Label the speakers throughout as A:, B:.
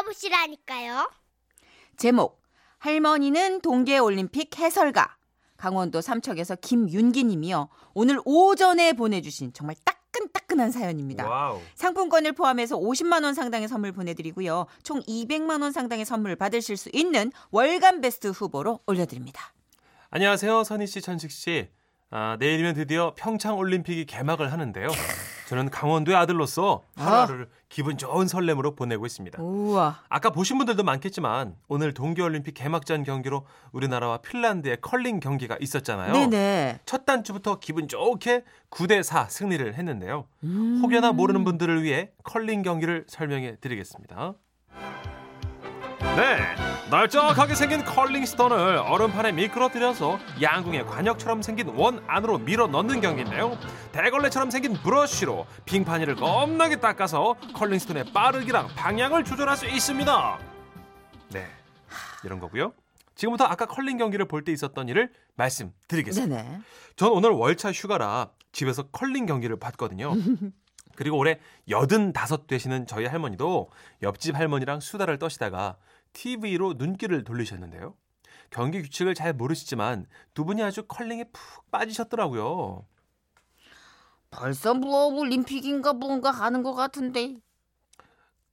A: 값이라니까요.
B: 제목 할머니는 동계올림픽 해설가 강원도 삼척에서 김윤기님이요. 오늘 오전에 보내주신 정말 따끈따끈한 사연입니다.
C: 와우.
B: 상품권을 포함해서 50만 원 상당의 선물 보내드리고요. 총 200만 원 상당의 선물 받으실 수 있는 월간 베스트 후보로 올려드립니다.
C: 안녕하세요, 선희 씨, 천식 씨. 아, 내일이면 드디어 평창 올림픽이 개막을 하는데요. 저는 강원도의 아들로서 하루하루를 기분 좋은 설렘으로 보내고 있습니다.
B: 우와.
C: 아까 보신 분들도 많겠지만 오늘 동계올림픽 개막전 경기로 우리나라와 핀란드의 컬링 경기가 있었잖아요.
B: 네네.
C: 첫 단추부터 기분 좋게 9대4 승리를 했는데요.
B: 음.
C: 혹여나 모르는 분들을 위해 컬링 경기를 설명해 드리겠습니다. 네, 널쩍하게 생긴 컬링 스톤을 얼음판에 미끄러뜨려서 양궁의 관역처럼 생긴 원 안으로 밀어 넣는 경기인데요. 대걸레처럼 생긴 브러쉬로 빙판이를 겁나게 닦아서 컬링 스톤의 빠르기랑 방향을 조절할 수 있습니다. 네, 이런 거고요. 지금부터 아까 컬링 경기를 볼 때 있었던 일을 말씀드리겠습니다.
B: 네네.
C: 전 오늘 월차 휴가라 집에서 컬링 경기를 봤거든요. 그리고 올해 여든 다섯 되시는 저희 할머니도 옆집 할머니랑 수다를 떠시다가 TV로 눈길을 돌리셨는데요. 경기 규칙을 잘 모르시지만 두 분이 아주 컬링에 푹 빠지셨더라고요.
B: 벌써 뭐 올림픽인가 뭔가 하는 것 같은데.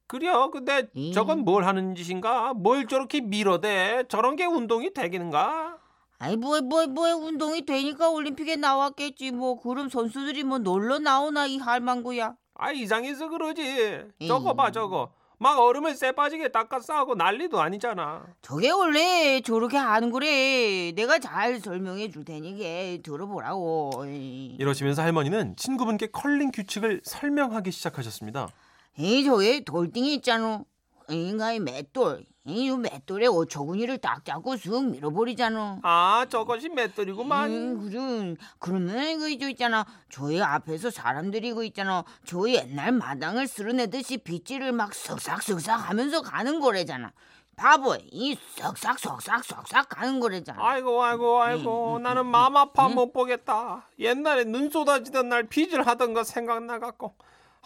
C: 그래요. 근데
B: 음.
C: 저건 뭘 하는 짓인가? 뭘 저렇게 밀어대? 저런 게 운동이 되기는가?
B: 아이 뭐야 뭐야 뭐야 운동이 되니까 올림픽에 나왔겠지 뭐 그럼 선수들이 뭐 놀러 나오나 이 할망구야.
C: 아 이상해서 그러지.
B: 저거 봐,
C: 저거. 막 얼음을 쎄 빠지게 닦아 싸고 난리도 아니잖아.
B: 저게 원래 저렇게 하는 거래. 내가 잘 설명해 줄 테니까 들어보라고. 에이.
C: 이러시면서 할머니는 친구분께 컬링 규칙을 설명하기 시작하셨습니다.
B: 이 저게 돌덩이 있잖아. 인가의 맷돌. 이 맷돌에 오초근이를 딱 잡고 쓱 밀어버리잖아.
C: 아, 저것이
B: 음, 그럼 그러면 이거 저 있잖아. 저희 앞에서 사람들이 그 있잖아. 저 옛날 마당을 쓸어내듯이 빗질을 막 쓱싹쓱싹 하면서 가는 거래잖아. 바보, 이 쓱싹쓱싹쓱싹 가는 거래잖아.
C: 아이고, 아이고, 아이고. 나는 맘 아파 못 보겠다. 옛날에 눈 쏟아지던 날 빚을 하던 거 생각나갖고.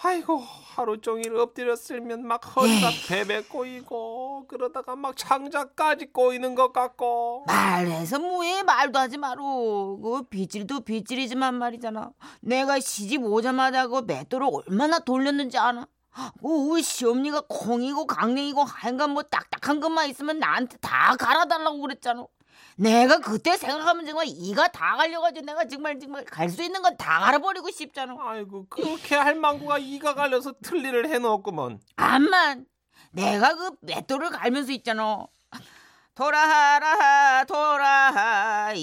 C: 아이고, 하루 종일 엎드려 쓸면 막 허리가 베베 꼬이고, 그러다가 막 창자까지 꼬이는 것 같고.
B: 말해서 뭐해 말도 하지 마로 그 빗질도 빗질이지만 말이잖아 내가 시집 오자마자 그 맷돌을 얼마나 돌렸는지 아나 오 시엄니가 콩이고 강냉이고 하여간 뭐 딱딱한 것만 있으면 나한테 다 갈아달라고 그랬잖아 내가 그때 생각하면 정말 이가 다 갈려가지고 내가 정말 정말 갈 수 있는 건 다 갈아버리고 싶잖아
C: 아이고, 그렇게 할망구가 이가 갈려서 틀니를 해놓았구먼.
B: 암만 내가 그 맷돌을 갈면서 있잖아. 돌아라 돌아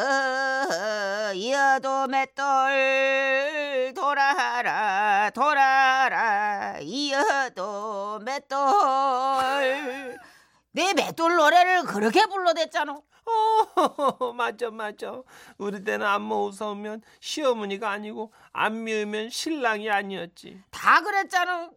B: 이어 이어도 맷돌 돌아라 돌아라 이어도 예, 맷돌 내 맷돌 노래를 그렇게 불러댔잖아.
C: 어, 맞아, 맞아. 우리 때는 안무 웃으면 시어머니가 아니고 안 미우면 신랑이 아니었지.
B: 다 그랬잖아.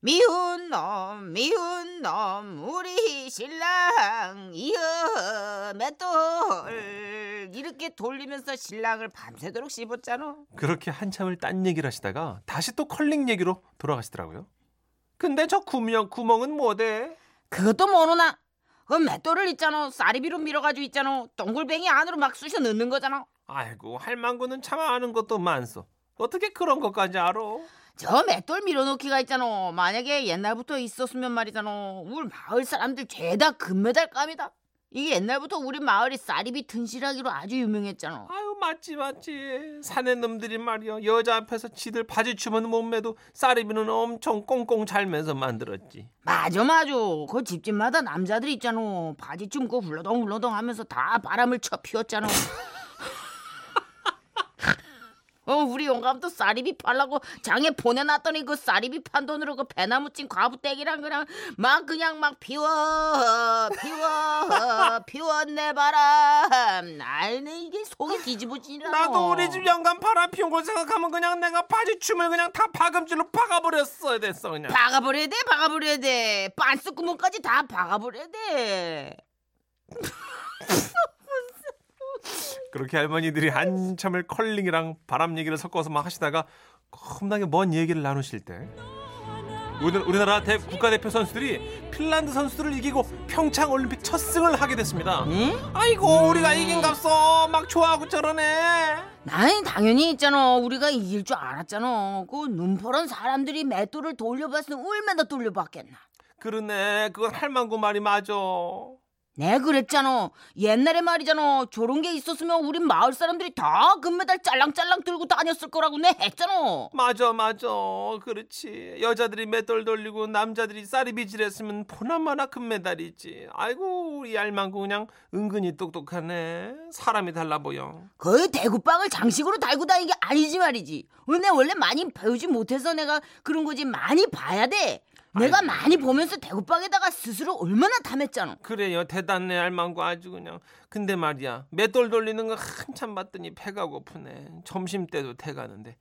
B: 미운 놈, 미운 놈, 우리 신랑 이어 맷돌 이렇게 돌리면서 신랑을 밤새도록 씹었잖아.
C: 그렇게 한참을 딴 얘기를 하시다가 다시 또 컬링 얘기로 돌아가시더라고요. 근데 저 구멍, 구멍은 뭐대?
B: 그것도 모르나? 그 맷돌을 있잖아, 쌀이비로 밀어가지고 있잖아, 동글뱅이 안으로 막 쑤셔 넣는 거잖아.
C: 아이고, 할망구는 참 아는 것도 많소. 어떻게 그런 것까지 알아?
B: 저 맷돌 밀어넣기가 있잖아. 만약에 옛날부터 있었으면 말이잖아. 우리 마을 사람들 죄다 금메달감이다. 이게 옛날부터 우리 마을이 쌀이비 튼실하기로 아주 유명했잖아.
C: 아유, 맞지, 맞지. 사내 놈들이 말이야. 여자 앞에서 지들 바지 추면 몸매도 쌀이비는 엄청 꽁꽁 잘면서 만들었지.
B: 맞아 맞아 그 집집마다 남자들 있잖아 바지 춤고 훌러덩 훌러덩 하면서 다 바람을 쳐 피웠잖아 어 우리 영감도 쌀이비 팔라고 장에 보내놨더니 그 쌀이비 판 돈으로 그 배나무 찐 과부댁이랑 그냥 막 그냥 막 피워 피워 피워 내 바람 나는 이게 속이 뒤집어지라
C: 나도 우리 집 영감 바람 피운 걸 생각하면 그냥 내가 바지 춤을 그냥 다 파금질로 박아버렸어야 됐어 그냥.
B: 박아버려야 돼 박아버려야 돼 빤스 구멍까지 다 박아버려야 돼
C: 그렇게 할머니들이 한참을 컬링이랑 바람 얘기를 섞어서 막 하시다가 겁나게 먼 얘기를 나누실 때 우리- 우리나라 대, 국가대표 선수들이 핀란드 선수들을 이기고 평창 올림픽 첫 승을 하게 됐습니다.
B: 네?
C: 아이고 우리가 이긴갑소 막 좋아하고 저러네.
B: 나는 당연히 있잖아. 우리가 이길 줄 알았잖아. 그 눈퍼런 사람들이 맷돌을 돌려봤으면 얼마나 돌려봤겠나.
C: 그러네 그건 할망구 말이 맞아.
B: 내 네, 그랬잖아. 옛날에 말이잖아. 저런 게 있었으면 우리 마을 사람들이 다 금메달 짤랑짤랑 들고 다녔을 거라고 내 했잖아.
C: 맞아 맞아 그렇지 여자들이 맷돌 돌리고 남자들이 쌀이 비질했으면 보나마나 금메달이지. 아이고 우리 할망구 그냥 은근히 똑똑하네 사람이 달라 보여.
B: 거의 대구빵을 장식으로 달고 다니는 게 아니지 말이지. 근데 원래 많이 배우지 못해서 내가 그런 거지. 많이 봐야 돼. 내가
C: 아이고.
B: 많이 보면서 대구빵에다가 스스로 얼마나 탐했잖아.
C: 그래요 대단해 알망구 아주 그냥 근데 말이야 맷돌 돌리는 거 한참 봤더니 배가 고프네 점심때도 돼 가는데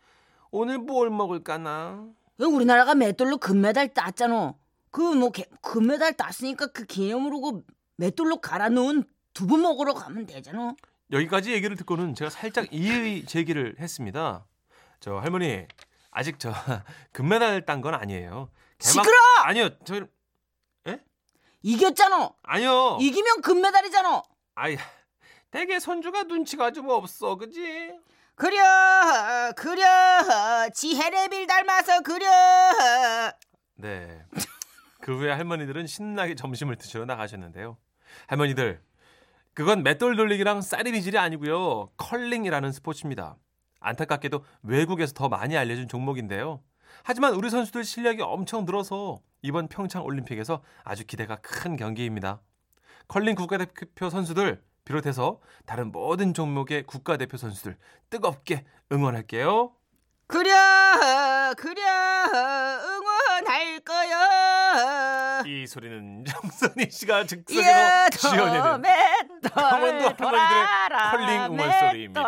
C: 오늘 뭘 먹을까나
B: 우리나라가 맷돌로 금메달 땄잖아. 그 뭐 금메달 땄으니까 그 기념으로 그 맷돌로 갈아 놓은 두부 먹으러 가면 되잖아.
C: 여기까지 얘기를 듣고는 제가 살짝 이의 제기를 했습니다 저 할머니 아직 저 금메달 딴 건 아니에요 개막-
B: 시끄러!
C: 아니요 저
B: 이겼잖아.
C: 아니요
B: 이기면 금메달이잖아.
C: 아이 되게 손주가 눈치가 좀 없어 그지
B: 그려 그려 지혜를 빌 닮아서 그려
C: 네. 그 후에 할머니들은 신나게 점심을 드시러 나가셨는데요. 할머니들, 그건 맷돌 돌리기랑 쌀이 비질이 아니고요. 컬링이라는 스포츠입니다. 안타깝게도 외국에서 더 많이 알려진 종목인데요. 하지만 우리 선수들 실력이 엄청 늘어서 이번 평창 올림픽에서 아주 기대가 큰 경기입니다. 컬링 국가대표 선수들 비롯해서 다른 모든 종목의 국가대표 선수들 뜨겁게 응원할게요.
B: 그려 그려 응원할 거야
C: 이 소리는 정선희 씨가 즉석에서
B: 예, 더
C: 지어내는 강원도
B: 맷돌
C: 할머니들의 컬링 응원
B: 맷돌.
C: 소리입니다.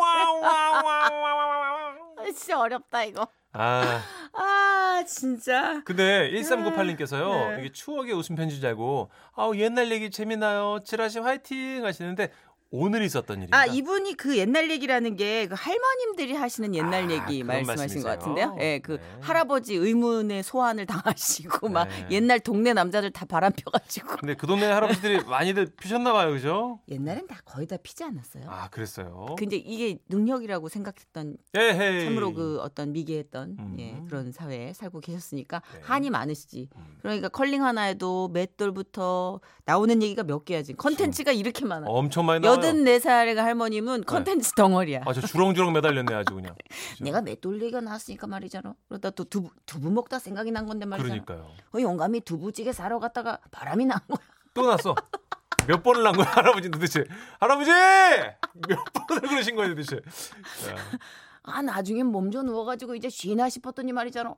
C: 와와와와와.
B: 진짜 어렵다 이거
C: 아,
B: 아 진짜
C: 근데 1398님께서요.
B: 네.
C: 이게 추억의 웃음 편지자고 아우 옛날 얘기 재미나요. 지라시 화이팅 하시는데 오늘 있었던 일입니다.
A: 아 이분이 그 옛날 얘기라는 게 그 할머님들이 하시는 옛날
C: 아,
A: 얘기
C: 그런
A: 말씀하신 것
C: 말씀이세요?
A: 같은데요. 예, 그
C: 네.
A: 할아버지 의문의 소환을 당하시고 막
C: 네.
A: 옛날 동네 남자들 다 바람펴가지고
C: 근데 그 동네 할아버지들이 많이들 피셨나 봐요. 그죠?
A: 옛날엔 다 거의 다 피지 않았어요.
C: 아, 그랬어요.
A: 근데 이게 능력이라고 생각했던
C: 에헤이.
A: 참으로 그 어떤 미개했던
C: 음.
A: 예, 그런 사회에 살고 계셨으니까
C: 네.
A: 한이 많으시지.
C: 음.
A: 그러니까 컬링 하나에도 맷돌부터 나오는 얘기가 몇 개야 지금
C: 그렇죠.
A: 컨텐츠가 이렇게 많아.
C: 엄청 많이 나와요.
A: 여든 네 살의 할머님은 컨텐츠 덩어리야.
C: 아, 저 주렁주렁 매달렸네 아주 그냥.
B: 내가 맷돌 얘기가 나왔으니까 말이잖아 그러다 또 두부, 두부 먹다 생각이 난 건데 말이잖아
C: 그러니까요.
B: 어, 영감이 두부찌개 사러 갔다가 바람이 난 거야
C: 또 났어. 몇 번을 난 거야 할아버지 도대체 할아버지 몇 번을 그러신 거예요 도대체 자,
B: 아 나중에 몸져 누워가지고 이제 쉬나 싶었더니 말이잖아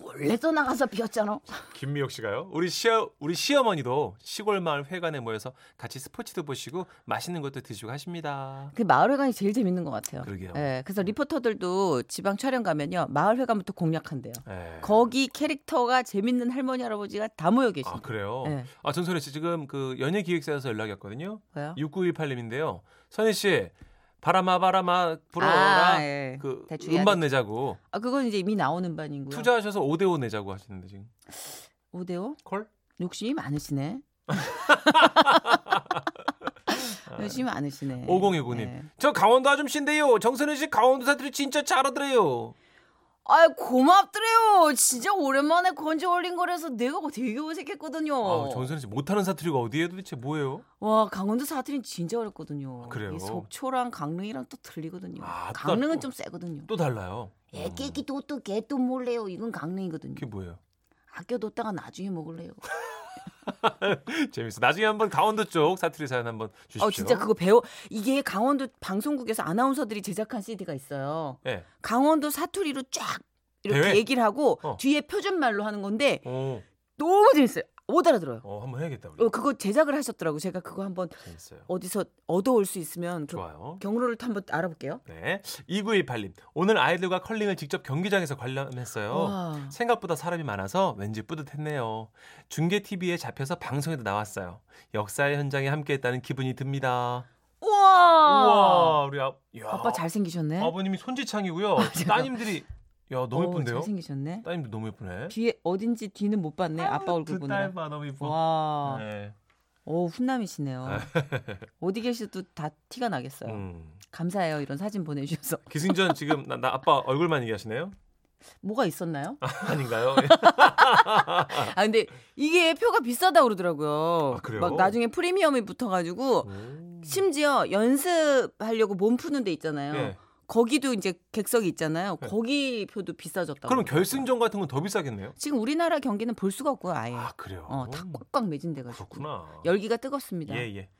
B: 원래 떠나가서 비었잖아
C: 김미혁 씨가요 우리 시어 우리 시어머니도 시골 마을 회관에 모여서 같이 스포츠도 보시고 맛있는 것도 드시고 하십니다
A: 그 마을회관이 제일 재밌는 것 같아요.
C: 그러게요. 음.
A: 예, 그래서 리포터들도 지방 촬영 가면요 마을회관부터 공략한대요.
C: 예.
A: 거기 캐릭터가 재밌는 할머니 할아버지가 다 모여 계신.
C: 아
A: 아,
C: 그래요
A: 네.
C: 아 전선혜 씨 지금 그 연예 기획사에서 연락이 왔거든요
A: 뭐요?
C: 6918님인데요 선혜 씨 바람아 바람아 불어라
A: 아, 예.
C: 그
A: 대충
C: 음반 내자고
A: 아, 그건 이제 이미 나오는 반이고요.
C: 투자하셔서 5대5 내자고 하시는데 지금
A: 오대오
C: 콜
A: 욕심이 많으시네. 욕심이 많으시네.
C: 5029님. 저 강원도 아줌씨인데요. 정선혜 씨 강원도 사투리 진짜 잘 알아들어요.
A: 아 고맙더래요. 진짜 오랜만에 건지 올린 거라서 내가 뭐 되게 어색했거든요.
C: 아, 정선혜 씨 못하는 사투리가 어디에 도대체 뭐예요?
A: 와 강원도 사투리는 진짜 어렵거든요.
C: 아, 그래요?
A: 이 속초랑 강릉이랑 또 틀리거든요.
C: 아, 또
A: 강릉은
C: 또- 음.
A: 좀 세거든요.
C: 또 달라요.
A: 예,
B: 애끼끼 도또 개또 몰래요 이건 강릉이거든요
C: 그게 뭐예요?
B: 아껴뒀다가 나중에 먹을래요
C: 재밌어. 나중에 한번 강원도 쪽 사투리 사연 한번 주십시오.
A: 어 진짜 그거 배워 이게 강원도 방송국에서 아나운서들이 제작한 CD가 있어요.
C: 예.
A: 강원도 사투리로 쫙 이렇게
C: 대회?
A: 얘기를 하고
C: 어.
A: 뒤에 표준말로 하는 건데
C: 어,
A: 너무 재밌어요. 못 알아들어요.
C: 어, 한번 해야겠다. 우리.
A: 어, 그거 제작을 하셨더라고. 제가 그거 한번
C: 재밌어요.
A: 어디서 얻어올 수 있으면 그
C: 좋아요.
A: 경로를 또 한번 알아볼게요.
C: 네. 2918님. 오늘 아이들과 컬링을 직접 경기장에서 관람했어요.
A: 와.
C: 생각보다 사람이 많아서 왠지 뿌듯했네요. 중계 TV에 잡혀서 방송에도 나왔어요. 역사의 현장에 함께했다는 기분이 듭니다.
A: 우와.
C: 우와, 우리 아, 야.
A: 아빠 잘 생기셨네.
C: 아버님이 손지창이고요.
A: 제가-
C: 따님들이 야
A: 어,
C: 너무 예쁜데요?
B: 잘생기셨네.
C: 따님도 너무 예쁘네.
B: 뒤에 어딘지 뒤는 못 봤네. 아빠 얼굴
C: 그
B: 보느라.
C: 딸봐 너무 예뻐.
B: 와,
C: 네.
A: 어,
C: 아.
B: 오 훈남이시네요. 어디 계셔도 다 티가 나겠어요.
A: 네.
C: 음.
B: 감사해요 이런 사진 보내주셔서.
C: 기승전 지금 나, 나 아빠 얼굴만 얘기하시네요?
B: 뭐가 있었나요?
C: 아닌가요? 예.
B: 아 근데 이게 표가 비싸다 고 그러더라고요.
C: 아, 그래요?
B: 막 나중에 프리미엄이 붙어가지고
C: 음.
B: 심지어 연습하려고 몸 푸는 데 있잖아요.
C: 예.
B: 거기도 이제 객석이 있잖아요.
C: 네.
B: 거기 표도 비싸졌다고.
C: 그럼 결승전 같은 건 더 비싸겠네요?
B: 지금 우리나라 경기는 볼 수가 없고요, 아예.
C: 아 그래요.
B: 어, 다 꽉꽉 매진돼가지고.
C: 그렇구나.
B: 열기가 뜨겁습니다.
C: 예예.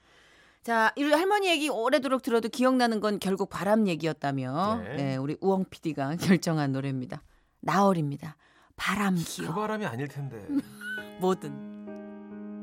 C: 그
B: 자, 이 할머니 얘기 오래도록 들어도 기억나는 건 결국 바람 얘기였다며.
C: 네.
B: 네, 우리 우엉 PD가 결정한 노래입니다. 나얼입니다. 바람
C: 그
B: 기억.
C: 바람이 아닐 텐데.
B: 뭐든.